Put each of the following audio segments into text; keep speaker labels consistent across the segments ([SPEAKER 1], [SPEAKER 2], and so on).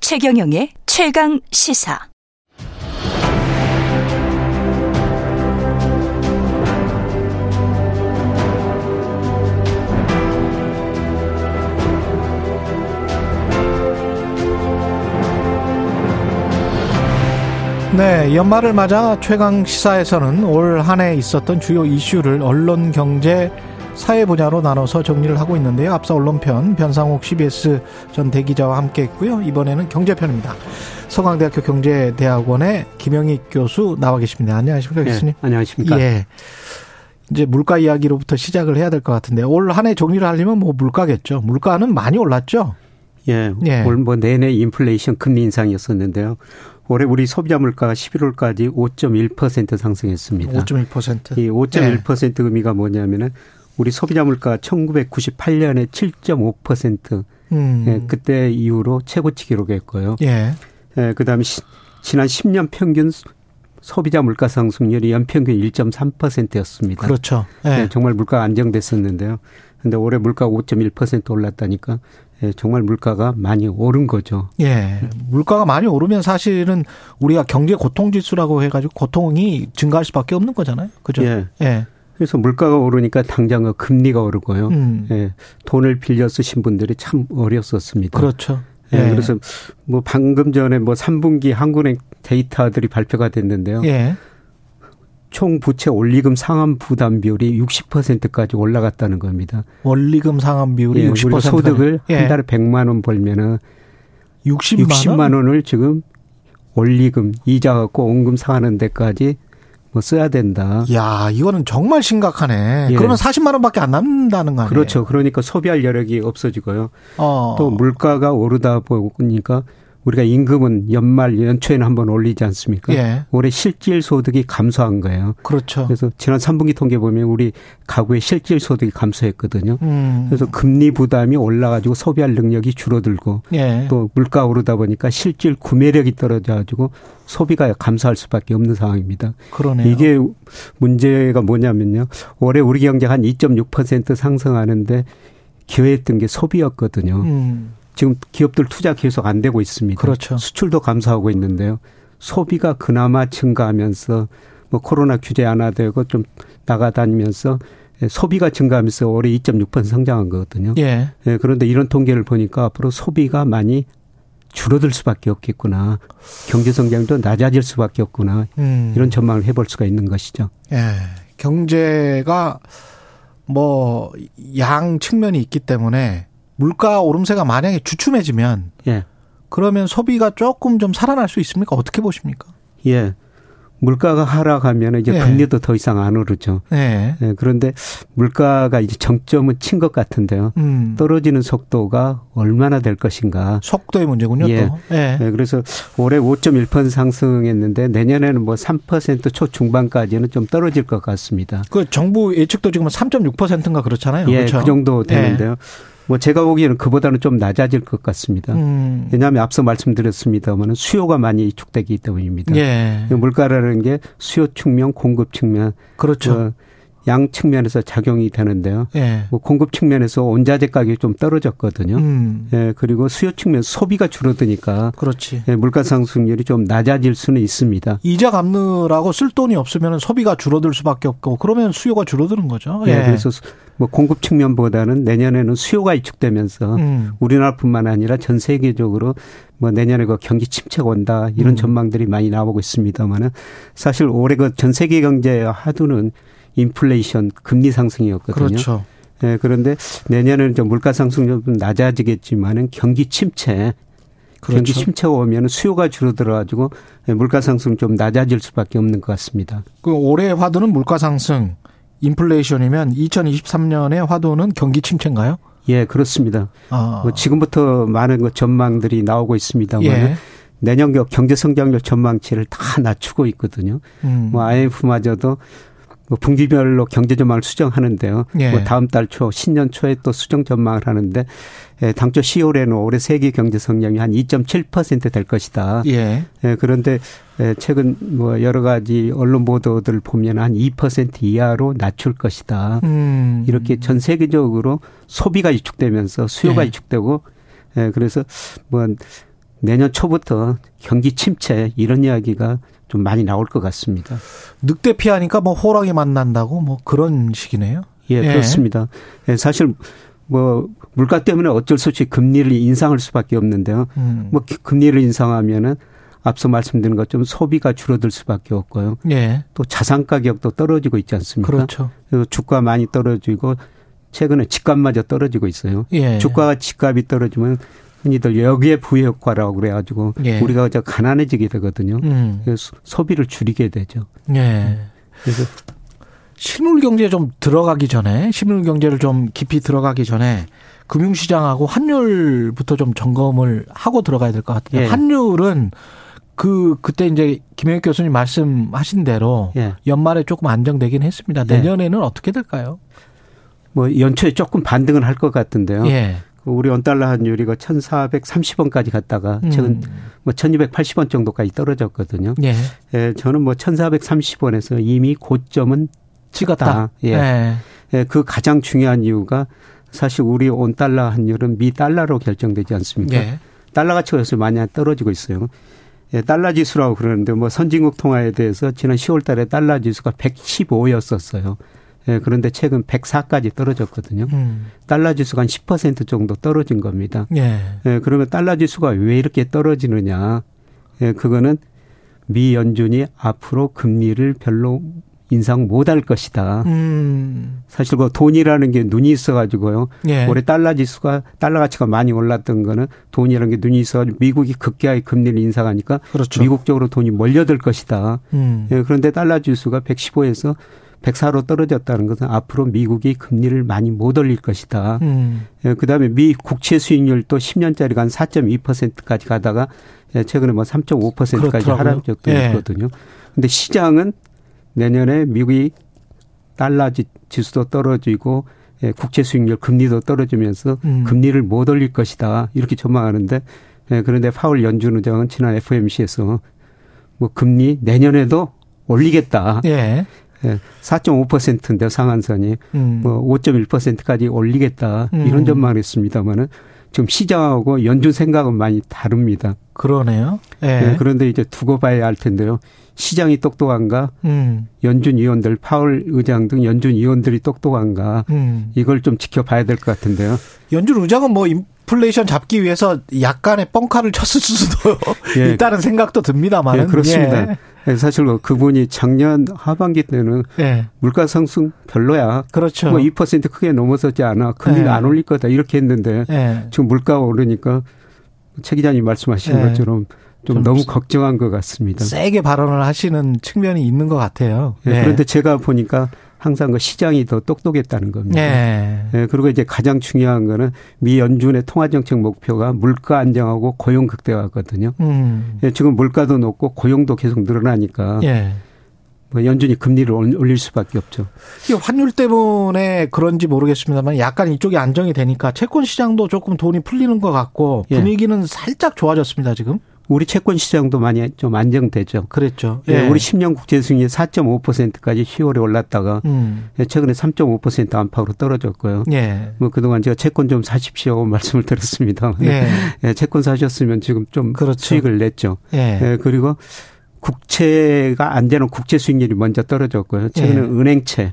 [SPEAKER 1] 최경영의 최강 시사.
[SPEAKER 2] 네, 연말을 맞아 최강 시사에서는 올 한 해 있었던 주요 이슈를 언론, 경제, 사회 분야로 나눠서 정리를 하고 있는데요. 앞서 언론편 변상욱 CBS 전 대기자와 함께했고요. 이번에는 경제편입니다. 서강대학교 경제대학원의 김영희 교수 나와 계십니다. 안녕하십니까
[SPEAKER 3] 네,
[SPEAKER 2] 교수님?
[SPEAKER 3] 안녕하십니까.
[SPEAKER 2] 예. 이제 물가 이야기로부터 시작을 해야 될 것 같은데 올 한 해 정리를 하려면 뭐 물가겠죠. 물가는 많이 올랐죠.
[SPEAKER 3] 예.
[SPEAKER 2] 예.
[SPEAKER 3] 올 뭐 내내 인플레이션 금리 인상이었었는데요. 올해 우리 소비자 물가가 11월까지 5.1% 상승했습니다. 예.
[SPEAKER 2] 5.1%.
[SPEAKER 3] 이 5.1%
[SPEAKER 2] 예.
[SPEAKER 3] 의미가 뭐냐면은 우리 소비자 물가 1998년에 7.5%
[SPEAKER 2] 음.
[SPEAKER 3] 예, 그때 이후로 최고치 기록했고요.
[SPEAKER 2] 예.
[SPEAKER 3] 예, 그다음에 시- 지난 10년 평균 소- 소비자 물가 상승률이 연평균 1.3%였습니다.
[SPEAKER 2] 그렇죠.
[SPEAKER 3] 예, 정말 물가 안정됐었는데요. 근데 올해 물가 5.1% 올랐다니까 예, 정말 물가가 많이 오른 거죠.
[SPEAKER 2] 예. 물가가 많이 오르면 사실은 우리가 경제 고통 지수라고 해가지고 고통이 증가할 수밖에 없는 거잖아요. 그죠?
[SPEAKER 3] 예.
[SPEAKER 2] 예.
[SPEAKER 3] 그래서 물가가 오르니까 당장 금리가 오르고요.
[SPEAKER 2] 음.
[SPEAKER 3] 예, 돈을 빌려 쓰신 분들이 참 어려웠었습니다.
[SPEAKER 2] 그렇죠.
[SPEAKER 3] 예, 그래서 뭐 방금 전에 뭐 3분기 한국은행 데이터들이 발표가 됐는데요.
[SPEAKER 2] 예.
[SPEAKER 3] 총 부채 올리금 상환 부담 비율이 60%까지 올라갔다는 겁니다.
[SPEAKER 2] 원리금 상환 비율이
[SPEAKER 3] 예,
[SPEAKER 2] 60%.
[SPEAKER 3] 우리가 소득을
[SPEAKER 2] 예.
[SPEAKER 3] 한 달에 100만 원 벌면은
[SPEAKER 2] 60만,
[SPEAKER 3] 60만 원을 지금 원리금 이자 갖고 원금 사는 데까지 뭐 써야 된다.
[SPEAKER 2] 야, 이거는 정말 심각하네.
[SPEAKER 3] 예.
[SPEAKER 2] 그러면 40만 원밖에 안 남는다는 거 아니에요? 네.
[SPEAKER 3] 그렇죠. 그러니까 소비할 여력이 없어지고요.
[SPEAKER 2] 어.
[SPEAKER 3] 또 물가가 오르다 보니까 우리가 임금은 연말 연초에는 한번 올리지 않습니까?
[SPEAKER 2] 예.
[SPEAKER 3] 올해 실질 소득이 감소한 거예요.
[SPEAKER 2] 그렇죠.
[SPEAKER 3] 그러니까 그래서 지난 3분기 통계 보면 우리 가구의 실질 소득이 감소했거든요.
[SPEAKER 2] 음.
[SPEAKER 3] 그래서 금리 부담이 올라가지고 소비할 능력이 줄어들고
[SPEAKER 2] 예.
[SPEAKER 3] 또 물가 오르다 보니까 실질 구매력이 떨어져가지고 소비가 감소할 수밖에 없는 상황입니다.
[SPEAKER 2] 그러네요.
[SPEAKER 3] 이게 문제가 뭐냐면요. 올해 우리 경제 한 2.6% 상승하는데 기여했던 게 소비였거든요.
[SPEAKER 2] 음.
[SPEAKER 3] 지금 기업들 투자 계속 안 되고 있습니다.
[SPEAKER 2] 그렇죠.
[SPEAKER 3] 수출도 감소하고 있는데요. 소비가 그나마 증가하면서 뭐 코로나 규제 안 하되고 좀 나가다니면서 소비가 증가하면서 올해 2.6% 성장한 거거든요.
[SPEAKER 2] 예.
[SPEAKER 3] 예, 그런데 이런 통계를 보니까 앞으로 소비가 많이 줄어들 수밖에 없겠구나. 경제 성장도 낮아질 수밖에 없구나.
[SPEAKER 2] 음.
[SPEAKER 3] 이런 전망을 해볼 수가 있는 것이죠.
[SPEAKER 2] 예. 경제가 뭐 양 측면이 있기 때문에 물가 오름세가 만약에 주춤해지면
[SPEAKER 3] 예.
[SPEAKER 2] 그러면 소비가 조금 좀 살아날 수 있습니까? 어떻게 보십니까?
[SPEAKER 3] 예. 물가가 하락하면 이제
[SPEAKER 2] 예.
[SPEAKER 3] 금리도 더 이상 안 오르죠.
[SPEAKER 2] 예.
[SPEAKER 3] 예, 그런데 물가가 이제 정점은 친 것 같은데요.
[SPEAKER 2] 음.
[SPEAKER 3] 떨어지는 속도가 얼마나 될 것인가.
[SPEAKER 2] 속도의 문제군요,
[SPEAKER 3] 예.
[SPEAKER 2] 또. 예.
[SPEAKER 3] 예, 그래서 올해 5.1% 상승했는데 내년에는 뭐 3% 초중반까지는 좀 떨어질 것 같습니다.
[SPEAKER 2] 그 정부 예측도 지금 3.6%인가 그렇잖아요.
[SPEAKER 3] 예,
[SPEAKER 2] 그렇죠?
[SPEAKER 3] 그 정도
[SPEAKER 2] 예.
[SPEAKER 3] 되는데요. 뭐 제가 보기에는 그보다는 좀 낮아질 것 같습니다.
[SPEAKER 2] 음.
[SPEAKER 3] 왜냐하면 앞서 말씀드렸습니다만 수요가 많이 위축되기 때문입니다.
[SPEAKER 2] 예.
[SPEAKER 3] 물가라는 게 수요 측면, 공급 측면,
[SPEAKER 2] 그렇죠.
[SPEAKER 3] 어, 양 측면에서 작용이 되는데요.
[SPEAKER 2] 예.
[SPEAKER 3] 뭐 공급 측면에서 원자재 가격이 좀 떨어졌거든요.
[SPEAKER 2] 음.
[SPEAKER 3] 예, 그리고 수요 측면 소비가 줄어드니까
[SPEAKER 2] 그렇지.
[SPEAKER 3] 예, 물가 상승률이 좀 낮아질 수는 있습니다.
[SPEAKER 2] 이자 갚느라고 쓸 돈이 없으면 소비가 줄어들 수밖에 없고 그러면 수요가 줄어드는 거죠.
[SPEAKER 3] 예, 그래서 수- 뭐 공급 측면보다는 내년에는 수요가 위축되면서
[SPEAKER 2] 음.
[SPEAKER 3] 우리나라뿐만 아니라 전 세계적으로 뭐 내년에 그 경기 침체가 온다
[SPEAKER 2] 음.
[SPEAKER 3] 이런 전망들이 많이 나오고 있습니다만은 사실 올해 그 전 세계 경제 하두는 인플레이션 금리 상승이었거든요.
[SPEAKER 2] 그렇죠.
[SPEAKER 3] 예, 그런데 내년에는 좀 물가 상승률 좀 낮아지겠지만은 경기 침체 경기
[SPEAKER 2] 그렇죠.
[SPEAKER 3] 침체가 오면 수요가 줄어들어 가지고 예, 물가 상승 좀 낮아질 수밖에 없는 것 같습니다.
[SPEAKER 2] 그 올해 화두는 물가 상승, 인플레이션이면 2023년의 화두는 경기 침체인가요?
[SPEAKER 3] 예, 그렇습니다.
[SPEAKER 2] 아,
[SPEAKER 3] 뭐 지금부터 많은 그 전망들이 나오고 있습니다만
[SPEAKER 2] 예.
[SPEAKER 3] 내년 겨- 경제 성장률 전망치를 다 낮추고 있거든요.
[SPEAKER 2] 음.
[SPEAKER 3] 뭐 IMF마저도 뭐 분기별로 경제 전망을 수정하는데요.
[SPEAKER 2] 예.
[SPEAKER 3] 뭐 다음 달 초, 신년 초에 또 수정 전망을 하는데 예, 당초 10월에는 올해 세계 경제 성장이 한 2.7%될 것이다.
[SPEAKER 2] 예.
[SPEAKER 3] 예, 그런데 예, 최근 뭐 여러 가지 언론 보도들 보면 한 2% 이하로 낮출 것이다.
[SPEAKER 2] 음.
[SPEAKER 3] 이렇게 전 세계적으로 소비가 위축되면서 수요가
[SPEAKER 2] 예.
[SPEAKER 3] 위축되고 예, 그래서 뭐 내년 초부터 경기 침체 이런 이야기가 좀 많이 나올 것 같습니다.
[SPEAKER 2] 늑대 피하니까 뭐 호랑이 만난다고 뭐 그런 식이네요.
[SPEAKER 3] 예,
[SPEAKER 2] 예.
[SPEAKER 3] 그렇습니다. 예, 사실 뭐 물가 때문에 어쩔 수 없이 금리를 인상할 수밖에 없는데요.
[SPEAKER 2] 음.
[SPEAKER 3] 뭐 기- 금리를 인상하면은 앞서 말씀드린 것처럼 소비가 줄어들 수밖에 없고요.
[SPEAKER 2] 예.
[SPEAKER 3] 또 자산 가격도 떨어지고 있지 않습니까?
[SPEAKER 2] 그렇죠.
[SPEAKER 3] 그래서 주가 많이 떨어지고 최근에 집값마저 떨어지고 있어요.
[SPEAKER 2] 예.
[SPEAKER 3] 그러니까 주가와 집값이 떨어지면 흔히들 여기에 부효과라고 그래가지고
[SPEAKER 2] 예.
[SPEAKER 3] 우리가 저 가난해지게 되거든요.
[SPEAKER 2] 음.
[SPEAKER 3] 그래서 소비를 줄이게 되죠. 음.
[SPEAKER 2] 예.
[SPEAKER 3] 그래서
[SPEAKER 2] 실물 경제 좀 들어가기 전에 실물 경제를 좀 깊이 들어가기 전에 금융 시장하고 환율부터 좀 점검을 하고 들어가야 될 것 같아요.
[SPEAKER 3] 예.
[SPEAKER 2] 환율은 그 그때 이제 김영익 교수님 말씀하신 대로
[SPEAKER 3] 예.
[SPEAKER 2] 연말에 조금 안정되긴 했습니다.
[SPEAKER 3] 네.
[SPEAKER 2] 내년에는 어떻게 될까요?
[SPEAKER 3] 뭐 연초에 조금 반등은 할 것 같은데요.
[SPEAKER 2] 예.
[SPEAKER 3] 그 우리 원달러 환율이가 1,430원까지 갔다가
[SPEAKER 2] 음.
[SPEAKER 3] 최근 뭐 1,280원 정도까지 떨어졌거든요.
[SPEAKER 2] 예.
[SPEAKER 3] 예, 저는 뭐 1,430원에서 이미 고점은
[SPEAKER 2] 찍었다.
[SPEAKER 3] 예. 예, 그 가장 중요한 이유가 사실 우리 원달러 환율은 미 달러로 결정되지 않습니까?
[SPEAKER 2] 예.
[SPEAKER 3] 달러 가치가 요새 많이 떨어지고 있어요. 예, 달러 지수라고 그러는데 뭐 선진국 통화에 대해서 지난 10월 달에 달러 지수가 115였었어요. 예, 그런데 최근 104까지 떨어졌거든요.
[SPEAKER 2] 음.
[SPEAKER 3] 달러 지수가 한 10% 정도 떨어진 겁니다.
[SPEAKER 2] 예.
[SPEAKER 3] 예, 그러면 달러 지수가 왜 이렇게 떨어지느냐. 예, 그거는 미 연준이 앞으로 금리를 별로 인상 못 할 것이다.
[SPEAKER 2] 음.
[SPEAKER 3] 사실 그 돈이라는 게 눈이 있어가지고요.
[SPEAKER 2] 예.
[SPEAKER 3] 올해 달러 지수가 달러 가치가 많이 올랐던 거는 돈이라는 게 눈이 있어가지고 미국이 급격하게 금리를 인상하니까
[SPEAKER 2] 그렇죠.
[SPEAKER 3] 미국 쪽으로 돈이 몰려들 것이다.
[SPEAKER 2] 음.
[SPEAKER 3] 예, 그런데 달러 지수가 115에서 104로 떨어졌다는 것은 앞으로 미국이 금리를 많이 못 올릴 것이다.
[SPEAKER 2] 음.
[SPEAKER 3] 예, 그다음에 미 국채 수익률도 10년짜리가 한 4.2%까지 가다가 예, 최근에 뭐 3.5%까지
[SPEAKER 2] 그렇더라고요.
[SPEAKER 3] 하락한 적도
[SPEAKER 2] 예.
[SPEAKER 3] 있거든요. 근데 시장은 내년에 미국이 달러 지- 지수도 떨어지고 예, 국채 수익률 금리도 떨어지면서
[SPEAKER 2] 음.
[SPEAKER 3] 금리를 못 올릴 것이다 이렇게 전망하는데 예, 그런데 파월 연준 의장은 지난 FOMC에서 뭐 금리 내년에도 올리겠다.
[SPEAKER 2] 예.
[SPEAKER 3] 예, 4.5%인데 상한선이
[SPEAKER 2] 음.
[SPEAKER 3] 뭐 5.1%까지 올리겠다
[SPEAKER 2] 음.
[SPEAKER 3] 이런 전망을 했습니다마는 지금 시장하고 연준 생각은 많이 다릅니다.
[SPEAKER 2] 그러네요. 예.
[SPEAKER 3] 예, 그런데 이제 두고 봐야 할 텐데요. 시장이 똑똑한가?
[SPEAKER 2] 음.
[SPEAKER 3] 연준 위원들 파월 의장 등 연준 위원들이 똑똑한가?
[SPEAKER 2] 음.
[SPEAKER 3] 이걸 좀 지켜봐야 될 것 같은데요. 네,
[SPEAKER 2] 연준 의장은 뭐 인플레이션 잡기 위해서 약간의 뻥카를 쳤을 수도
[SPEAKER 3] 예,
[SPEAKER 2] 있다는 생각도 듭니다만.
[SPEAKER 3] 예, 그렇습니다. 예, 사실 뭐 그분이 작년 하반기 때는
[SPEAKER 2] 예. 예.
[SPEAKER 3] 물가 상승 별로야.
[SPEAKER 2] 그렇죠.
[SPEAKER 3] 뭐 2% 크게 넘어서지 않아. 금리를
[SPEAKER 2] 예.
[SPEAKER 3] 안 올릴 거다. 이렇게 했는데
[SPEAKER 2] 예.
[SPEAKER 3] 지금 물가가 오르니까 최 기자님 말씀하신
[SPEAKER 2] 네.
[SPEAKER 3] 것처럼 좀,
[SPEAKER 2] 좀
[SPEAKER 3] 너무
[SPEAKER 2] 세-
[SPEAKER 3] 걱정한 것 같습니다.
[SPEAKER 2] 세게 발언을 하시는 측면이 있는 것 같아요.
[SPEAKER 3] 예,
[SPEAKER 2] 예.
[SPEAKER 3] 그런데 제가 보니까 항상 그 시장이 더 똑똑했다는 겁니다.
[SPEAKER 2] 예.
[SPEAKER 3] 예, 그리고 이제 가장 중요한 거는 미 연준의 통화정책 목표가 물가 안정하고 고용 극대화거든요.
[SPEAKER 2] 음.
[SPEAKER 3] 예, 지금 물가도 높고 고용도 계속 늘어나니까
[SPEAKER 2] 예.
[SPEAKER 3] 뭐 연준이 금리를 올- 올릴 수밖에 없죠.
[SPEAKER 2] 이 환율 때문에 그런지 모르겠습니다만 약간 이쪽이 안정이 되니까 채권 시장도 조금 돈이 풀리는 것 같고
[SPEAKER 3] 예.
[SPEAKER 2] 분위기는 살짝 좋아졌습니다 지금.
[SPEAKER 3] 우리 채권 시장도 많이 좀 안정되죠.
[SPEAKER 2] 그랬죠.
[SPEAKER 3] 예, 우리 10년 국제 수익이 4.5%까지 10월에 올랐다가
[SPEAKER 2] 음.
[SPEAKER 3] 예, 최근에 3.5% 안팎으로 떨어졌고요.
[SPEAKER 2] 예.
[SPEAKER 3] 뭐 그동안 제가 채권 좀 사십시오 말씀을 드렸습니다.
[SPEAKER 2] 예.
[SPEAKER 3] 예, 채권 사셨으면 지금 좀
[SPEAKER 2] 그렇죠.
[SPEAKER 3] 수익을 냈죠.
[SPEAKER 2] 예.
[SPEAKER 3] 예, 그리고 국채가 안 되는 국채 수익률이 먼저 떨어졌고요. 최근에
[SPEAKER 2] 예.
[SPEAKER 3] 은행채,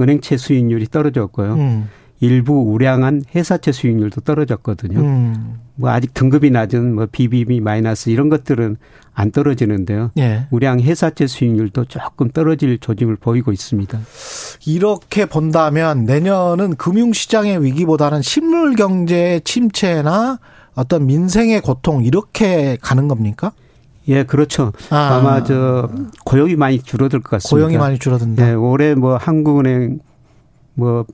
[SPEAKER 3] 은행채 수익률이 떨어졌고요.
[SPEAKER 2] 음.
[SPEAKER 3] 일부 우량한 회사채 수익률도 떨어졌거든요.
[SPEAKER 2] 음.
[SPEAKER 3] 뭐 아직 등급이 낮은 뭐 BBB 마이너스 이런 것들은 안 떨어지는데요.
[SPEAKER 2] 예.
[SPEAKER 3] 우량 회사채 수익률도 조금 떨어질 조짐을 보이고 있습니다.
[SPEAKER 2] 이렇게 본다면 내년은 금융시장의 위기보다는 실물 경제의 침체나 어떤 민생의 고통 이렇게 가는 겁니까?
[SPEAKER 3] 예, 그렇죠.
[SPEAKER 2] 아.
[SPEAKER 3] 아. 마저 고용이 많이 줄어들 것 같습니다.
[SPEAKER 2] 고용이 많이 줄어든다.
[SPEAKER 3] 네, 올해 뭐 한국은행 뭐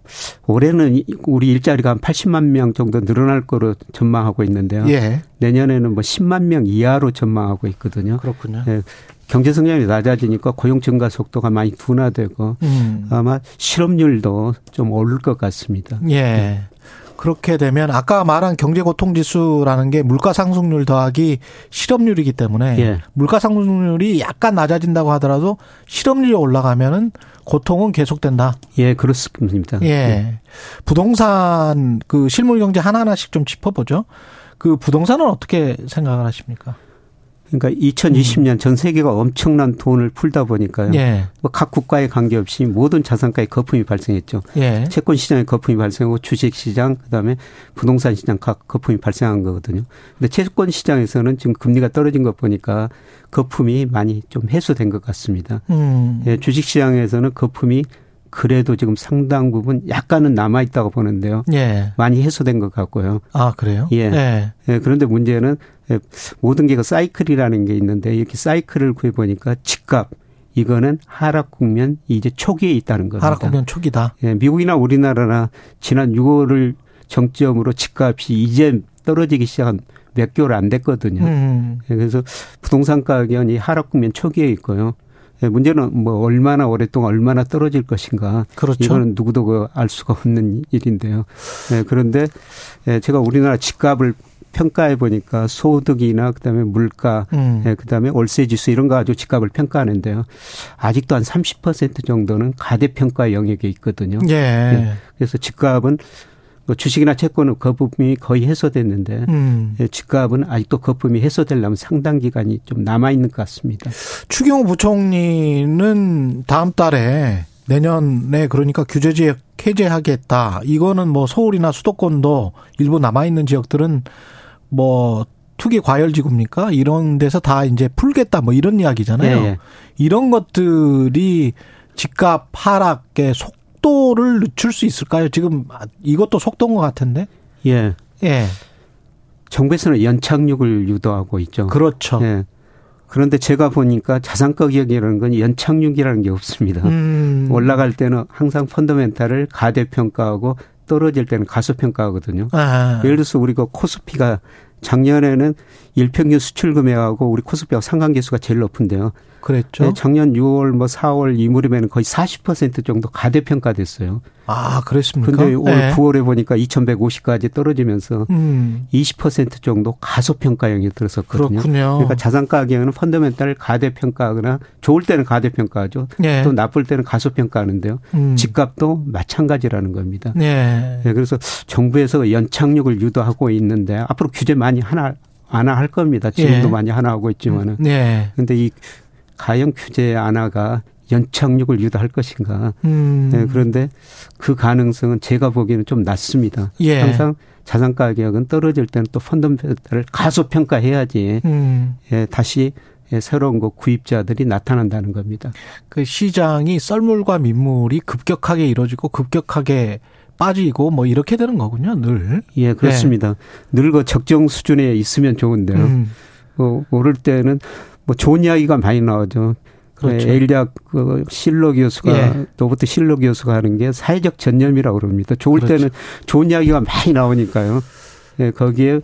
[SPEAKER 3] 올해는 이- 우리 일자리가 한 80만 명 정도 늘어날 거로 전망하고 있는데요.
[SPEAKER 2] 예.
[SPEAKER 3] 내년에는 뭐 10만 명 이하로 전망하고 있거든요.
[SPEAKER 2] 그렇군요.
[SPEAKER 3] 예, 경제 성장이 낮아지니까 고용 증가 속도가 많이 둔화되고
[SPEAKER 2] 음.
[SPEAKER 3] 아마 실업률도 좀 오를 것 같습니다.
[SPEAKER 2] 예. 그렇게 되면 아까 말한 경제 고통 지수라는 게 물가 상승률 더하기 실업률이기 때문에
[SPEAKER 3] 예.
[SPEAKER 2] 물가 상승률이 약간 낮아진다고 하더라도 실업률이 올라가면은 고통은 계속된다.
[SPEAKER 3] 예, 그렇습니다.
[SPEAKER 2] 예. 부동산 그 실물 경제 하나하나씩 좀 짚어보죠. 그 부동산은 어떻게 생각을 하십니까?
[SPEAKER 3] 그러니까 2020년 전 세계가 엄청난 돈을 풀다 보니까요.
[SPEAKER 2] 예.
[SPEAKER 3] 뭐 각 국가에 관계없이 모든 자산가에 거품이 발생했죠.
[SPEAKER 2] 예.
[SPEAKER 3] 채권 시장에 거품이 발생하고 주식 시장, 그다음에 부동산 시장 각 거품이 발생한 거거든요. 근데 채권 시장에서는 지금 금리가 떨어진 것 보니까 거품이 많이 좀 해소된 것 같습니다.
[SPEAKER 2] 음.
[SPEAKER 3] 예, 주식 시장에서는 거품이 그래도 지금 상당 부분 약간은 남아 있다고 보는데요.
[SPEAKER 2] 예.
[SPEAKER 3] 많이 해소된 것 같고요.
[SPEAKER 2] 아, 그래요?
[SPEAKER 3] 예. 예, 그런데 문제는 예, 모든 게 그 사이클이라는 게 있는데 이렇게 사이클을 구해 보니까 집값 이거는 하락 국면 이제 초기에 있다는 겁니다.
[SPEAKER 2] 하락 국면 초기다.
[SPEAKER 3] 예, 미국이나 우리나라나 지난 6월을 정점으로 집값이 이제 떨어지기 시작한 몇 개월 안 됐거든요.
[SPEAKER 2] 음.
[SPEAKER 3] 예, 그래서 부동산 가격이 하락 국면 초기에 있고요. 예, 문제는 뭐 얼마나 오랫동안 얼마나 떨어질 것인가
[SPEAKER 2] 그렇죠.
[SPEAKER 3] 이거는 누구도 그알 수가 없는 일인데요. 예, 그런데 예, 제가 우리나라 집값을 평가해 보니까 소득이나 그다음에 물가,
[SPEAKER 2] 음.
[SPEAKER 3] 예, 그다음에 월세 지수 이런 거 가지고 집값을 평가하는데요. 아직도 한 30% 정도는 가대평가 영역에 있거든요.
[SPEAKER 2] 예.
[SPEAKER 3] 그래서 집값은 뭐 주식이나 채권은 거품이 거의 해소됐는데
[SPEAKER 2] 음.
[SPEAKER 3] 예, 집값은 아직도 거품이 해소되려면 상당 기간이 좀 남아 있는 것 같습니다.
[SPEAKER 2] 추경호 부총리는 다음 달에 내년에 그러니까 규제 지역 해제하겠다. 이거는 뭐 서울이나 수도권도 일부 남아 있는 지역들은 뭐 투기 과열 지구입니까? 이런 데서 다 이제 풀겠다 뭐 이런 이야기잖아요.
[SPEAKER 3] 예, 예.
[SPEAKER 2] 이런 것들이 집값 하락의 속도를 늦출 수 있을까요? 지금 이것도 속도인 것 같은데.
[SPEAKER 3] 예.
[SPEAKER 2] 예.
[SPEAKER 3] 정부에서는 연착륙을 유도하고 있죠.
[SPEAKER 2] 그렇죠.
[SPEAKER 3] 예. 그런데 제가 보니까 자산 가격이라는 건 연착륙이라는 게 없습니다.
[SPEAKER 2] 음.
[SPEAKER 3] 올라갈 때는 항상 펀더멘탈을 가대평가하고 떨어질 때는 가소평가하거든요.
[SPEAKER 2] 아.
[SPEAKER 3] 예를 들어서 우리가 그 코스피가 작년에는 일평균 수출 금액하고 우리 코스피하고 상관계수가 제일 높은데요.
[SPEAKER 2] 그랬죠.
[SPEAKER 3] 네, 작년 6월 뭐 4월 이 무렵에는 거의 40% 정도 가대평가됐어요.
[SPEAKER 2] 아, 그랬습니까?
[SPEAKER 3] 근데 올
[SPEAKER 2] 예.
[SPEAKER 3] 9월에 보니까 2150까지 떨어지면서
[SPEAKER 2] 음.
[SPEAKER 3] 20% 정도 가소평가형이 들었었거든요.
[SPEAKER 2] 그렇군요.
[SPEAKER 3] 그러니까 자산 가격에는 펀더멘탈을 가대평가하거나 좋을 때는 가대평가하죠.
[SPEAKER 2] 예.
[SPEAKER 3] 또 나쁠 때는 가소평가하는데요.
[SPEAKER 2] 음.
[SPEAKER 3] 집값도 마찬가지라는 겁니다.
[SPEAKER 2] 예.
[SPEAKER 3] 예, 그래서 정부에서 연착륙을 유도하고 있는데 앞으로 규제 많이 하나 안하 할 겁니다. 지금도
[SPEAKER 2] 예.
[SPEAKER 3] 많이 하나 하고 있지만은
[SPEAKER 2] 예.
[SPEAKER 3] 근데 이 가형 규제 안하가 연착륙을 유도할 것인가?
[SPEAKER 2] 음.
[SPEAKER 3] 예, 그런데 그 가능성은 제가 보기에는 좀 낮습니다.
[SPEAKER 2] 예.
[SPEAKER 3] 항상 자산 가격은 떨어질 때는 또 펀더멘탈을 가소 평가해야지
[SPEAKER 2] 음.
[SPEAKER 3] 예, 다시 예, 새로운 거 구입자들이 나타난다는 겁니다.
[SPEAKER 2] 그 시장이 썰물과 민물이 급격하게 이루어지고 급격하게 빠지고 뭐 이렇게 되는 거군요, 늘.
[SPEAKER 3] 예, 그렇습니다.
[SPEAKER 2] 네.
[SPEAKER 3] 늘 그 적정 수준에 있으면 좋은데요.
[SPEAKER 2] 음.
[SPEAKER 3] 뭐 오를 때는 뭐 좋은 이야기가 많이 나오죠.
[SPEAKER 2] 그렇죠.
[SPEAKER 3] 예, 에일대학 그 실로 교수가
[SPEAKER 2] 예.
[SPEAKER 3] 로버트 실로 교수가 하는 게 사회적 전념이라고 그럽니다. 좋을
[SPEAKER 2] 그렇죠.
[SPEAKER 3] 때는 좋은 이야기가 많이 나오니까요. 예, 거기에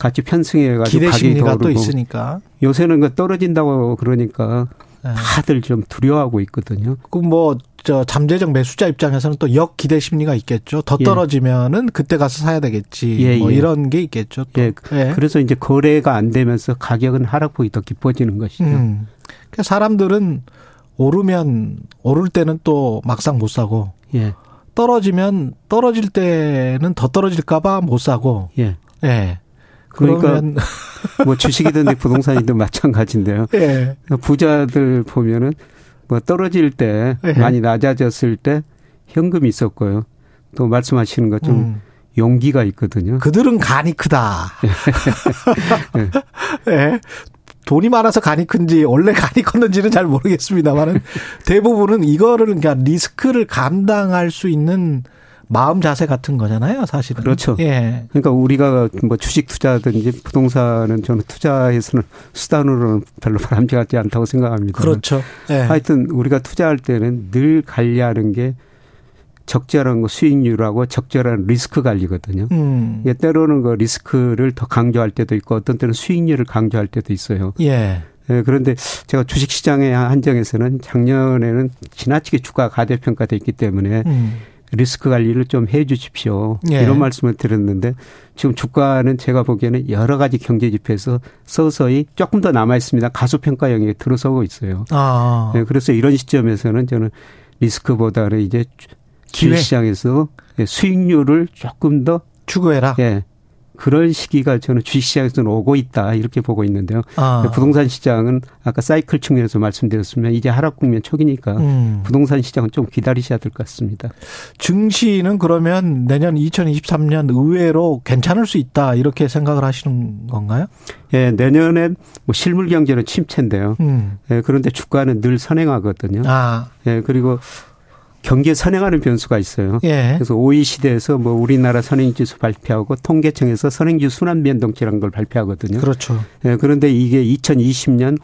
[SPEAKER 3] 같이 편승해 가지고
[SPEAKER 2] 기대
[SPEAKER 3] 가격이 더
[SPEAKER 2] 심리가 또
[SPEAKER 3] 오르고
[SPEAKER 2] 있으니까.
[SPEAKER 3] 요새는 그 떨어진다고 그러니까
[SPEAKER 2] 예.
[SPEAKER 3] 다들 좀 두려워하고 있거든요.
[SPEAKER 2] 그뭐저 잠재적 매수자 입장에서는 또 역 기대 심리가 있겠죠. 더
[SPEAKER 3] 예. 떨어지면은 그때 가서 사야 되겠지. 예,
[SPEAKER 2] 뭐
[SPEAKER 3] 예.
[SPEAKER 2] 이런 게 있겠죠. 또.
[SPEAKER 3] 예.
[SPEAKER 2] 예.
[SPEAKER 3] 그래서 이제 거래가 안 되면서 가격은 하락폭이 더 깊어지는 것이죠.
[SPEAKER 2] 음. 그러니까 사람들은 오르면 오를 때는 또 막상 못 사고
[SPEAKER 3] 예.
[SPEAKER 2] 떨어지면 떨어질 때는 더 떨어질까봐 못 사고
[SPEAKER 3] 예.
[SPEAKER 2] 예
[SPEAKER 3] 그러니까
[SPEAKER 2] 그러면
[SPEAKER 3] 뭐 주식이든 부동산이든 마찬가지인데요.
[SPEAKER 2] 예
[SPEAKER 3] 그러니까 부자들 보면은 뭐 떨어질 때
[SPEAKER 2] 예.
[SPEAKER 3] 많이 낮아졌을 때 현금이 있었고요. 또 말씀하시는 것좀
[SPEAKER 2] 음.
[SPEAKER 3] 용기가 있거든요.
[SPEAKER 2] 그들은 간이 크다
[SPEAKER 3] 예.
[SPEAKER 2] 예 돈이 많아서 간이 큰지 원래 간이 컸는지는 잘 모르겠습니다만은 대부분은 이거를 그러니까 리스크를 감당할 수 있는 마음 자세 같은 거잖아요 사실은
[SPEAKER 3] 그렇죠.
[SPEAKER 2] 예
[SPEAKER 3] 그러니까 우리가 뭐 주식 투자든지 부동산은 저는 투자에서는 수단으로는 별로 바람직하지 않다고 생각합니다.
[SPEAKER 2] 그렇죠 예
[SPEAKER 3] 하여튼 우리가 투자할 때는 늘 관리하는 게 적절한 거 수익률하고 적절한 리스크 관리거든요.
[SPEAKER 2] 음.
[SPEAKER 3] 이게 때로는 그 리스크를 더 강조할 때도 있고 어떤 때는 수익률을 강조할 때도 있어요.
[SPEAKER 2] 예
[SPEAKER 3] 예, 그런데 제가 주식시장의 한정에서는 작년에는 지나치게 주가 가대평가돼 있기 때문에
[SPEAKER 2] 음.
[SPEAKER 3] 리스크 관리를 좀 해 주십시오.
[SPEAKER 2] 예.
[SPEAKER 3] 이런 말씀을 드렸는데 지금 주가는 제가 보기에는 여러 가지 경제 지표에서 서서히 조금 더 남아 있습니다. 가소평가 영역에 들어서고 있어요.
[SPEAKER 2] 아
[SPEAKER 3] 예, 그래서 이런 시점에서는 저는 리스크보다는 이제
[SPEAKER 2] 기회.
[SPEAKER 3] 주식시장에서 예, 수익률을 조금 더
[SPEAKER 2] 추구해라
[SPEAKER 3] 예, 그런 시기가 저는 주식시장에서는 오고 있다 이렇게 보고 있는데요.
[SPEAKER 2] 아.
[SPEAKER 3] 부동산 시장은 아까 사이클 측면에서 말씀드렸으면 이제 하락 국면 초기니까
[SPEAKER 2] 음.
[SPEAKER 3] 부동산 시장은 좀 기다리셔야 될 것 같습니다.
[SPEAKER 2] 증시는 그러면 내년 2023년 의외로 괜찮을 수 있다 이렇게 생각을 하시는 건가요?
[SPEAKER 3] 예, 내년엔 뭐 실물 경제는 침체인데요.
[SPEAKER 2] 음.
[SPEAKER 3] 예, 그런데 주가는 늘 선행하거든요.
[SPEAKER 2] 아,
[SPEAKER 3] 예, 그리고 경기에 선행하는 변수가 있어요.
[SPEAKER 2] 예.
[SPEAKER 3] 그래서 OECD에서 뭐 우리나라 선행지수 발표하고 통계청에서 선행지수 순환 변동치라는 걸 발표하거든요.
[SPEAKER 2] 그렇죠.
[SPEAKER 3] 예, 그런데 이게 2020년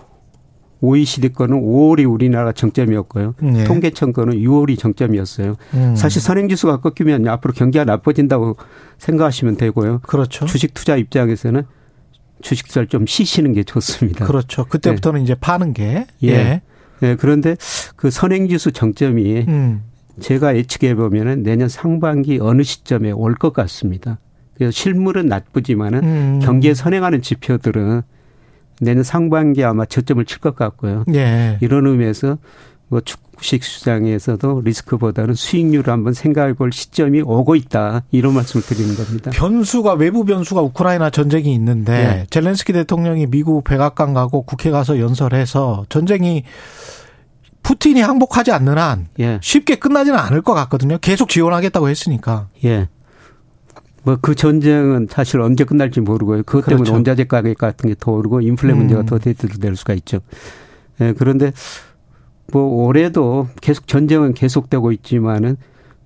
[SPEAKER 3] OECD 거는 5월이 우리나라 정점이었고요.
[SPEAKER 2] 예.
[SPEAKER 3] 통계청 거는 6월이 정점이었어요.
[SPEAKER 2] 음.
[SPEAKER 3] 사실 선행지수가 꺾이면 앞으로 경기가 나빠진다고 생각하시면 되고요.
[SPEAKER 2] 그렇죠.
[SPEAKER 3] 주식 투자 입장에서는 주식 투자를 좀 쉬시는 게 좋습니다.
[SPEAKER 2] 그렇죠. 그때부터는 이제 파는 게
[SPEAKER 3] 예.
[SPEAKER 2] 예.
[SPEAKER 3] 예, 그런데 그 선행지수 정점이
[SPEAKER 2] 음.
[SPEAKER 3] 제가 예측해 보면은 내년 상반기 어느 시점에 올 것 같습니다. 그래서 실물은 나쁘지만은
[SPEAKER 2] 음.
[SPEAKER 3] 경기에 선행하는 지표들은 내년 상반기 아마 저점을 칠 것 같고요.
[SPEAKER 2] 예.
[SPEAKER 3] 이런 의미에서 뭐 주식 시장에서도 리스크보다는 수익률을 한번 생각해 볼 시점이 오고 있다. 이런 말씀을 드리는 겁니다.
[SPEAKER 2] 예. 변수가 외부 변수가 우크라이나 전쟁이 있는데
[SPEAKER 3] 예.
[SPEAKER 2] 젤렌스키 대통령이 미국 백악관 가고 국회 가서 연설해서 전쟁이 푸틴이 항복하지 않는 한
[SPEAKER 3] 예.
[SPEAKER 2] 쉽게 끝나지는 않을 것 같거든요. 계속 지원하겠다고 했으니까.
[SPEAKER 3] 예. 뭐 그 전쟁은 사실 언제 끝날지 모르고요. 그것 때문에
[SPEAKER 2] 그렇죠.
[SPEAKER 3] 원자재 가격 같은 게 더 오르고 인플레 문제가
[SPEAKER 2] 음.
[SPEAKER 3] 더 대두될 수가 있죠. 예, 그런데 뭐 올해도 계속 전쟁은 계속되고 있지만은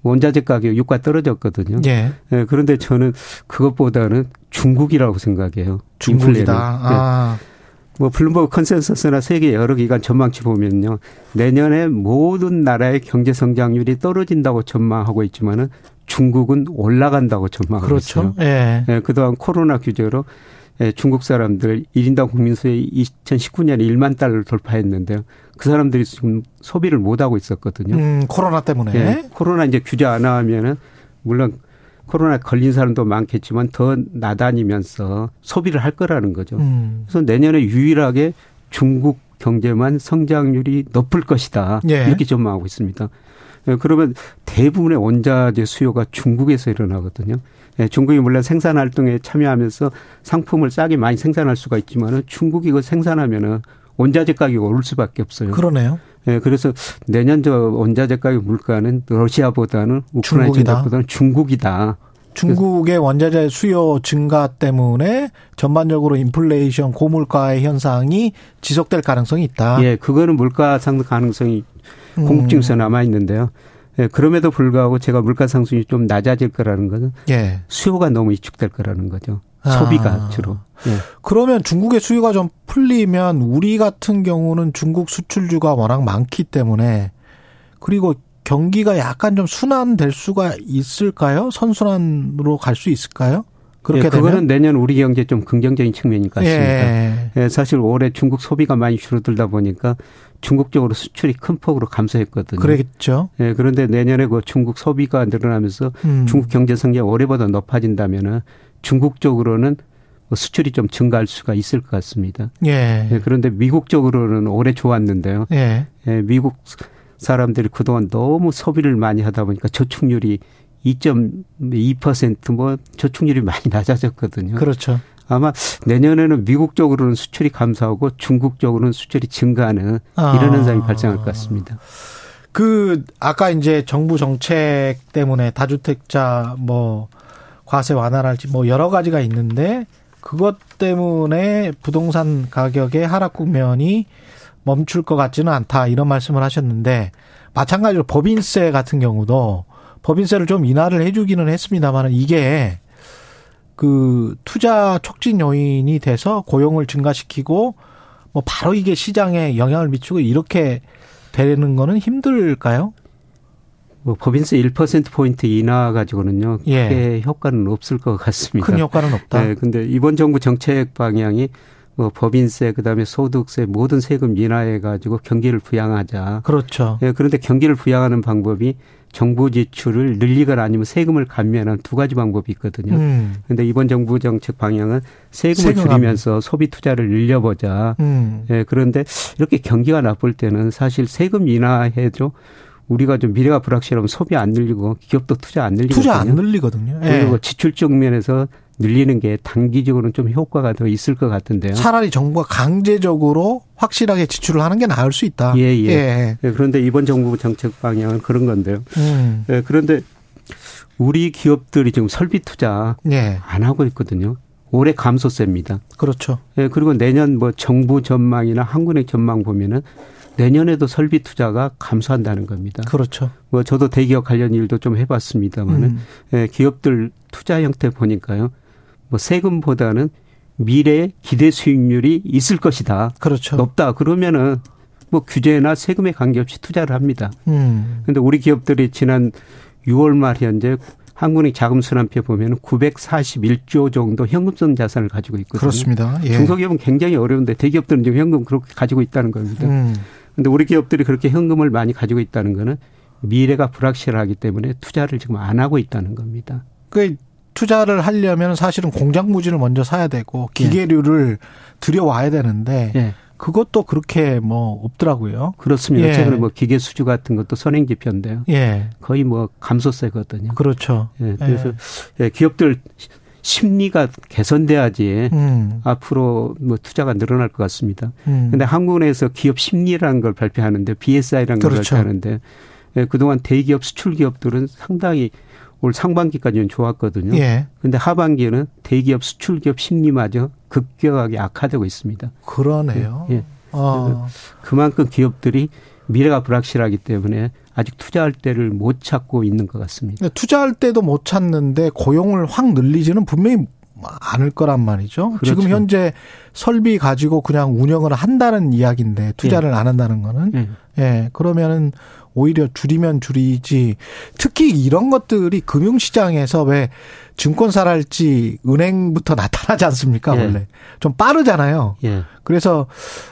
[SPEAKER 3] 원자재 가격 유가 떨어졌거든요.
[SPEAKER 2] 예.
[SPEAKER 3] 예, 그런데 저는 그것보다는 중국이라고 생각해요.
[SPEAKER 2] 중국이다.
[SPEAKER 3] 인플레는. 예.
[SPEAKER 2] 아,
[SPEAKER 3] 뭐 블룸버그 컨센서스나 세계 여러 기관 전망치 보면요. 내년에 모든 나라의 경제 성장률이 떨어진다고 전망하고 있지만은 중국은 올라간다고 전망하고
[SPEAKER 2] 그렇죠.
[SPEAKER 3] 있어요.
[SPEAKER 2] 예.
[SPEAKER 3] 예, 그동안 코로나 규제로 예, 중국 사람들 1인당 국민 수의 2019년에 1만 달러를 돌파했는데요. 그 사람들이 지금 소비를 못 하고 있었거든요.
[SPEAKER 2] 음, 코로나 때문에.
[SPEAKER 3] 예, 코로나 이제 규제 안 하면은 물론 코로나 걸린 사람도 많겠지만 더 나다니면서 소비를 할 거라는 거죠.
[SPEAKER 2] 음.
[SPEAKER 3] 그래서 내년에 유일하게 중국 경제만 성장률이 높을 것이다.
[SPEAKER 2] 예.
[SPEAKER 3] 이렇게 전망하고 있습니다. 예, 그러면 대부분의 원자재 수요가 중국에서 일어나거든요. 예, 중국이 물론 생산 활동에 참여하면서 상품을 싸게 많이 생산할 수가 있지만은 중국이 이거 생산하면은 원자재 가격이 오를 수밖에 없어요.
[SPEAKER 2] 그러네요.
[SPEAKER 3] 예, 그래서 내년 저 원자재 가격 물가는 러시아보다는 우크라이나
[SPEAKER 2] 중국이다.
[SPEAKER 3] 전쟁보다는 중국이다.
[SPEAKER 2] 중국의 원자재 수요 증가 때문에 전반적으로 인플레이션 고물가의 현상이 지속될 가능성이 있다.
[SPEAKER 3] 예, 그거는 물가 상승 가능성이
[SPEAKER 2] 음.
[SPEAKER 3] 공급증에서 남아 있는데요. 예, 그럼에도 불구하고 제가 물가 상승이 좀 낮아질 거라는 것은
[SPEAKER 2] 예.
[SPEAKER 3] 수요가 너무 위축될 거라는 거죠.
[SPEAKER 2] 아.
[SPEAKER 3] 소비가 주로. 예.
[SPEAKER 2] 그러면 중국의 수요가 좀 풀리면 우리 같은 경우는 중국 수출주가 워낙 많기 때문에 그리고 경기가 약간 좀 순환될 수가 있을까요? 선순환으로 갈 수 있을까요? 그렇게
[SPEAKER 3] 예,
[SPEAKER 2] 되면
[SPEAKER 3] 그거는 내년 우리 경제 좀 긍정적인 측면인 것 같습니다.
[SPEAKER 2] 예.
[SPEAKER 3] 예, 사실 올해 중국 소비가 많이 줄어들다 보니까 중국 쪽으로 수출이 큰 폭으로 감소했거든요.
[SPEAKER 2] 그러겠죠.
[SPEAKER 3] 예, 그런데 내년에 그 중국 소비가 늘어나면서
[SPEAKER 2] 음.
[SPEAKER 3] 중국 경제 성장 이 올해보다 높아진다면은 중국 쪽으로는 뭐 수출이 좀 증가할 수가 있을 것 같습니다.
[SPEAKER 2] 예.
[SPEAKER 3] 예, 그런데 미국 쪽으로는 올해 좋았는데요.
[SPEAKER 2] 예.
[SPEAKER 3] 예, 미국 사람들이 그동안 너무 소비를 많이 하다 보니까 저축률이 2.2%뭐 저축률이 많이 낮아졌거든요.
[SPEAKER 2] 그렇죠.
[SPEAKER 3] 아마 내년에는 미국 쪽으로는 수출이 감소하고 중국 쪽으로는 수출이 증가하는 이런
[SPEAKER 2] 아.
[SPEAKER 3] 현상이 발생할 것 같습니다.
[SPEAKER 2] 그 아까 이제 정부 정책 때문에 다주택자 뭐 과세 완화랄지 뭐 여러 가지가 있는데 그것 때문에 부동산 가격의 하락 국면이 멈출 것 같지는 않다 이런 말씀을 하셨는데 마찬가지로 법인세 같은 경우도 법인세를 좀 인하를 해주기는 했습니다만 이게 그 투자 촉진 요인이 돼서 고용을 증가시키고 뭐 바로 이게 시장에 영향을 미치고 이렇게 되는 거는 힘들까요?
[SPEAKER 3] 뭐 법인세 1% 포인트 인하 가지고는요 크게
[SPEAKER 2] 예.
[SPEAKER 3] 효과는 없을 것 같습니다.
[SPEAKER 2] 큰 효과는 없다.
[SPEAKER 3] 네, 근데 이번 정부 정책 방향이 뭐 법인세 그다음에 소득세 모든 세금 인하해 가지고 경기를 부양하자.
[SPEAKER 2] 그렇죠.
[SPEAKER 3] 예, 그런데 경기를 부양하는 방법이 정부 지출을 늘리거나 아니면 세금을 감면한 두 가지 방법이 있거든요.
[SPEAKER 2] 음.
[SPEAKER 3] 그런데 이번 정부 정책 방향은 세금을
[SPEAKER 2] 세금
[SPEAKER 3] 줄이면서 소비 투자를 늘려보자.
[SPEAKER 2] 음.
[SPEAKER 3] 예, 그런데 이렇게 경기가 나쁠 때는 사실 세금 인하해도 우리가 좀 미래가 불확실하면 소비 안 늘리고 기업도 투자 안 늘리거든요.
[SPEAKER 2] 투자 안 늘리거든요. 예.
[SPEAKER 3] 그리고 지출 측면에서 늘리는 게 단기적으로는 좀 효과가 더 있을 것 같은데요.
[SPEAKER 2] 차라리 정부가 강제적으로 확실하게 지출을 하는 게 나을 수 있다.
[SPEAKER 3] 예, 예. 예, 그런데 이번 정부 정책 방향은 그런 건데요.
[SPEAKER 2] 음,
[SPEAKER 3] 예, 그런데 우리 기업들이 지금 설비 투자
[SPEAKER 2] 예.
[SPEAKER 3] 안 하고 있거든요. 올해 감소세입니다.
[SPEAKER 2] 그렇죠.
[SPEAKER 3] 예, 그리고 내년 뭐 정부 전망이나 한국은행 전망 보면은 내년에도 설비 투자가 감소한다는 겁니다.
[SPEAKER 2] 그렇죠.
[SPEAKER 3] 뭐 저도 대기업 관련 일도 좀 해봤습니다만은
[SPEAKER 2] 음,
[SPEAKER 3] 예, 기업들 투자 형태 보니까요. 뭐 세금보다는 미래 기대 수익률이 있을 것이다.
[SPEAKER 2] 그렇죠.
[SPEAKER 3] 높다. 그러면은 뭐 규제나 세금에 관계없이 투자를 합니다.
[SPEAKER 2] 음,
[SPEAKER 3] 근데 우리 기업들이 지난 6월 말 현재 한국은행 자금 순환표 보면은 941조 정도 현금성 자산을 가지고 있거든요.
[SPEAKER 2] 그렇습니다. 예.
[SPEAKER 3] 중소기업은 굉장히 어려운데 대기업들은 지금 현금 그렇게 가지고 있다는 겁니다.
[SPEAKER 2] 음,
[SPEAKER 3] 근데 우리 기업들이 그렇게 현금을 많이 가지고 있다는 거는 미래가 불확실하기 때문에 투자를 지금 안 하고 있다는 겁니다.
[SPEAKER 2] 그 투자를 하려면 사실은 공장 무기를 먼저 사야 되고 기계류를 들여와야 되는데
[SPEAKER 3] 예.
[SPEAKER 2] 그것도 그렇게 뭐 없더라고요.
[SPEAKER 3] 그렇습니다.
[SPEAKER 2] 예.
[SPEAKER 3] 최근에 뭐 기계 수주 같은 것도 선행지표인데요.
[SPEAKER 2] 예.
[SPEAKER 3] 거의 뭐 감소세거든요.
[SPEAKER 2] 그렇죠.
[SPEAKER 3] 예, 그래서 예, 기업들 시- 심리가 개선돼야지
[SPEAKER 2] 음.
[SPEAKER 3] 앞으로 뭐 투자가 늘어날 것 같습니다.
[SPEAKER 2] 음.
[SPEAKER 3] 근데 한국은행에서 기업 심리라는 걸 발표하는데 BSI라는 걸
[SPEAKER 2] 그렇죠.
[SPEAKER 3] 발표하는데 예, 그동안 대기업 수출 기업들은 상당히 올 상반기까지는 좋았거든요.
[SPEAKER 2] 예.
[SPEAKER 3] 근데 하반기에는 대기업 수출 기업 심리마저 급격하게 악화되고 있습니다.
[SPEAKER 2] 그러네요.
[SPEAKER 3] 예.
[SPEAKER 2] 어.
[SPEAKER 3] 그만큼 기업들이 미래가 불확실하기 때문에 아직 투자할 때를 못 찾고 있는 것 같습니다.
[SPEAKER 2] 근데 투자할 때도 못 찾는데 고용을 확 늘리지는 분명히 않을 거란 말이죠.
[SPEAKER 3] 그렇죠.
[SPEAKER 2] 지금 현재 설비 가지고 그냥 운영을 한다는 이야기인데 투자를 안 한다는 거는
[SPEAKER 3] 예.
[SPEAKER 2] 예, 그러면은 오히려 줄이면 줄이지. 특히 이런 것들이 금융시장에서 왜 증권사랄지 은행부터 나타나지 않습니까,
[SPEAKER 3] 예.
[SPEAKER 2] 원래. 좀 빠르잖아요.
[SPEAKER 3] 예.
[SPEAKER 2] 그래서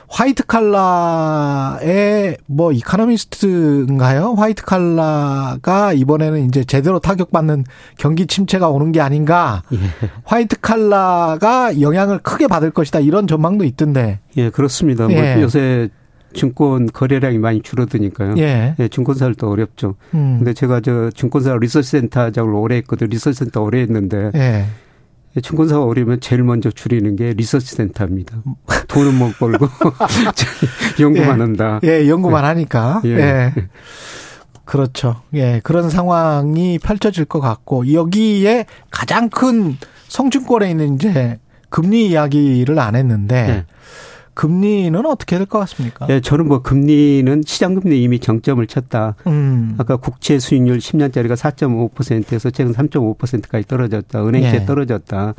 [SPEAKER 2] 화이트 칼라의 뭐 이카노미스트인가요? 화이트 칼라가 이번에는 이제 제대로 타격받는 경기 침체가 오는 게 아닌가.
[SPEAKER 3] 예.
[SPEAKER 2] 화이트 칼라가 영향을 크게 받을 것이다. 이런 전망도 있던데.
[SPEAKER 3] 예, 그렇습니다. 뭐
[SPEAKER 2] 예.
[SPEAKER 3] 요새 증권 거래량이 많이 줄어드니까요.
[SPEAKER 2] 예.
[SPEAKER 3] 예, 증권사를 또 어렵죠.
[SPEAKER 2] 음.
[SPEAKER 3] 근데 제가 저 증권사 리서치센터 작업을 오래 했거든. 요 리서치센터 오래 했는데
[SPEAKER 2] 예.
[SPEAKER 3] 증권사가 어려면 제일 먼저 줄이는 게 리서치센터입니다.
[SPEAKER 2] 음.
[SPEAKER 3] 돈은 못 벌고 연구
[SPEAKER 2] 예.
[SPEAKER 3] 만 한다.
[SPEAKER 2] 예, 연구만 하니까.
[SPEAKER 3] 예.
[SPEAKER 2] 예. 그렇죠. 예, 그런 상황이 펼쳐질 것 같고, 여기에 가장 큰 성층권에 있는 이제 금리 이야기를 안 했는데,
[SPEAKER 3] 예.
[SPEAKER 2] 금리는 어떻게 될 것 같습니까?
[SPEAKER 3] 예, 저는 뭐 금리는 시장 금리 이미 정점을 쳤다.
[SPEAKER 2] 음.
[SPEAKER 3] 아까 국채 수익률 10년짜리가 4.5%에서 최근 3.5%까지 떨어졌다. 은행채
[SPEAKER 2] 예.
[SPEAKER 3] 떨어졌다.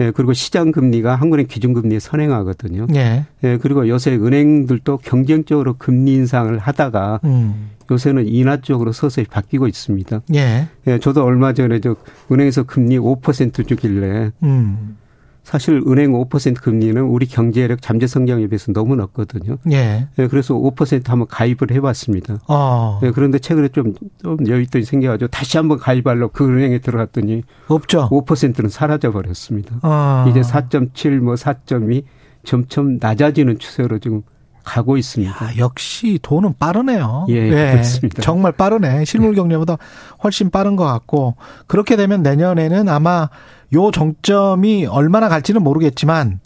[SPEAKER 3] 예, 그리고 시장 금리가 한국은행 기준금리에 선행하거든요.
[SPEAKER 2] 예.
[SPEAKER 3] 예, 그리고 요새 은행들도 경쟁적으로 금리 인상을 하다가
[SPEAKER 2] 음.
[SPEAKER 3] 요새는 인하 쪽으로 서서히 바뀌고 있습니다.
[SPEAKER 2] 예.
[SPEAKER 3] 예, 저도 얼마 전에 저 은행에서 금리 5% 주길래
[SPEAKER 2] 음.
[SPEAKER 3] 사실 은행 5% 금리는 우리 경제력 잠재 성장에 비해서 너무 높거든요.
[SPEAKER 2] 예.
[SPEAKER 3] 예, 그래서 5% 한번 가입을 해봤습니다.
[SPEAKER 2] 어.
[SPEAKER 3] 예, 그런데 최근에 좀, 좀 여윳돈이 생겨가지고 다시 한번 가입하려고 그 은행에 들어갔더니
[SPEAKER 2] 없죠.
[SPEAKER 3] 5%는 사라져버렸습니다.
[SPEAKER 2] 어.
[SPEAKER 3] 이제 4.7, 뭐 4.2 점점 낮아지는 추세로 지금 가고 있습니다.
[SPEAKER 2] 아, 역시 돈은 빠르네요.
[SPEAKER 3] 예, 그렇습니다.
[SPEAKER 2] 정말 빠르네. 실물 경제보다 훨씬 빠른 것 같고 그렇게 되면 내년에는 아마 요 정점이 얼마나 갈지는 모르겠지만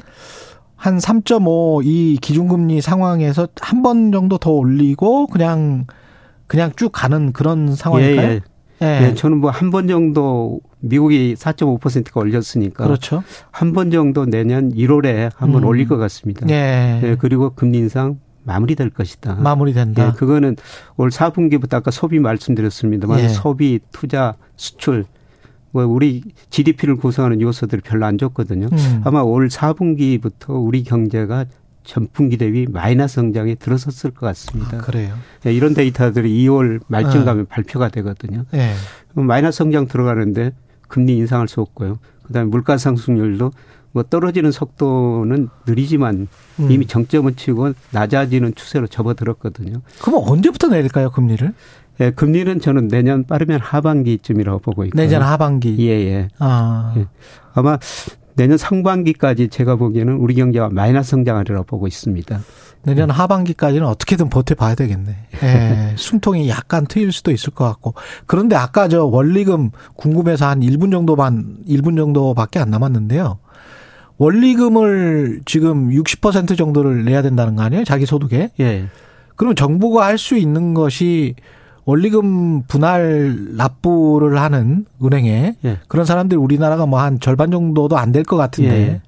[SPEAKER 2] 한 3.5 이 기준금리 상황에서 한 번 정도 더 올리고 그냥 그냥 쭉 가는 그런 상황일까요?
[SPEAKER 3] 예, 예. 예, 저는 뭐 한 번 정도 미국이 4.5%가 올렸으니까
[SPEAKER 2] 그렇죠.
[SPEAKER 3] 한 번 정도 내년 1월에 한번
[SPEAKER 2] 음.
[SPEAKER 3] 올릴 것 같습니다.
[SPEAKER 2] 예.
[SPEAKER 3] 예, 그리고 금리 인상 마무리될 것이다.
[SPEAKER 2] 마무리된다.
[SPEAKER 3] 예, 그거는 올 4분기부터 아까 소비 말씀드렸습니다만
[SPEAKER 2] 예.
[SPEAKER 3] 소비, 투자, 수출 뭐 우리 GDP를 구성하는 요소들이 별로 안 좋거든요.
[SPEAKER 2] 음.
[SPEAKER 3] 아마 올 4분기부터 우리 경제가 전분기 대비 마이너스 성장에 들어섰을 것 같습니다.
[SPEAKER 2] 아, 그래요.
[SPEAKER 3] 예, 이런 데이터들이 2월 말쯤
[SPEAKER 2] 아.
[SPEAKER 3] 가면 발표가 되거든요.
[SPEAKER 2] 예.
[SPEAKER 3] 그럼 마이너스 성장 들어가는데 금리 인상할 수 없고요. 그다음에 물가 상승률도 뭐 떨어지는 속도는 느리지만
[SPEAKER 2] 음.
[SPEAKER 3] 이미 정점을 치고 낮아지는 추세로 접어들었거든요.
[SPEAKER 2] 그럼 언제부터 내릴까요, 금리를?
[SPEAKER 3] 예, 금리는 저는 내년 빠르면 하반기쯤이라고 보고 있고요.
[SPEAKER 2] 내년 하반기.
[SPEAKER 3] 예, 예.
[SPEAKER 2] 아.
[SPEAKER 3] 예. 아마 내년 상반기까지 제가 보기에는 우리 경제가 마이너스 성장하리라 보고 있습니다.
[SPEAKER 2] 내년 하반기까지는 어떻게든 버텨봐야 되겠네. 예, 숨통이 약간 트일 수도 있을 것 같고. 그런데 아까 저 원리금 궁금해서 한 1분 정도만, 1분 정도밖에 안 남았는데요. 원리금을 지금 60% 정도를 내야 된다는 거 아니에요? 자기 소득에?
[SPEAKER 3] 예.
[SPEAKER 2] 그럼 정부가 할 수 있는 것이 원리금 분할 납부를 하는 은행에
[SPEAKER 3] 예.
[SPEAKER 2] 그런 사람들이 우리나라가 뭐 한 절반 정도도 안 될 것 같은데
[SPEAKER 3] 예.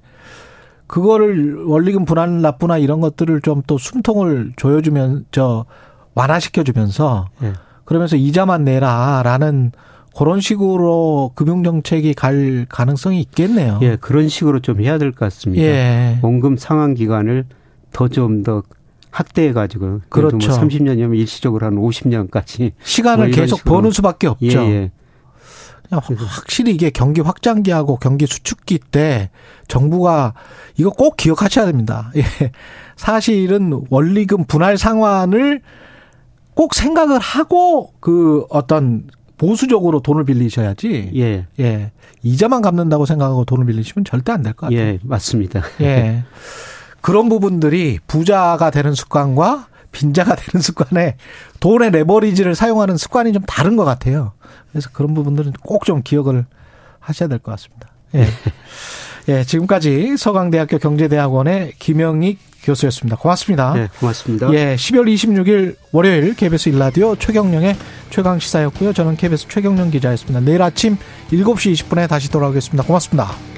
[SPEAKER 2] 그거를 원리금 분할 납부나 이런 것들을 좀 또 숨통을 조여주면 저 완화시켜 주면서
[SPEAKER 3] 예.
[SPEAKER 2] 그러면서 이자만 내라라는 그런 식으로 금융 정책이 갈 가능성이 있겠네요.
[SPEAKER 3] 예, 그런 식으로 좀 해야 될 것 같습니다.
[SPEAKER 2] 예.
[SPEAKER 3] 원금 상환 기간을 더 좀 더 확대해 가지고
[SPEAKER 2] 그렇죠.
[SPEAKER 3] 뭐 30년이면 일시적으로 한 50년까지 뭐
[SPEAKER 2] 시간을
[SPEAKER 3] 이런
[SPEAKER 2] 계속
[SPEAKER 3] 식으로.
[SPEAKER 2] 버는 수밖에
[SPEAKER 3] 예,
[SPEAKER 2] 없죠.
[SPEAKER 3] 예.
[SPEAKER 2] 그냥 확- 확실히 이게 경기 확장기하고 경기 수축기 때 정부가 이거 꼭 기억하셔야 됩니다. 예. 사실은 원리금 분할 상환을 꼭 생각을 하고 그 어떤 보수적으로 돈을 빌리셔야지.
[SPEAKER 3] 예.
[SPEAKER 2] 예. 이자만 갚는다고 생각하고 돈을 빌리시면 절대 안 될 것 같아요.
[SPEAKER 3] 예, 맞습니다.
[SPEAKER 2] 예. 그런 부분들이 부자가 되는 습관과 빈자가 되는 습관에 돈의 레버리지를 사용하는 습관이 좀 다른 것 같아요. 그래서 그런 부분들은 꼭 좀 기억을 하셔야 될 것 같습니다. 예. 예, 지금까지 서강대학교 경제대학원의 김영익 교수였습니다. 고맙습니다.
[SPEAKER 3] 예, 고맙습니다.
[SPEAKER 2] 예, 12월 26일 월요일 KBS 일라디오 최경령의 최강 시사였고요. 저는 KBS 최경령 기자였습니다. 내일 아침 7시 20분에 다시 돌아오겠습니다. 고맙습니다.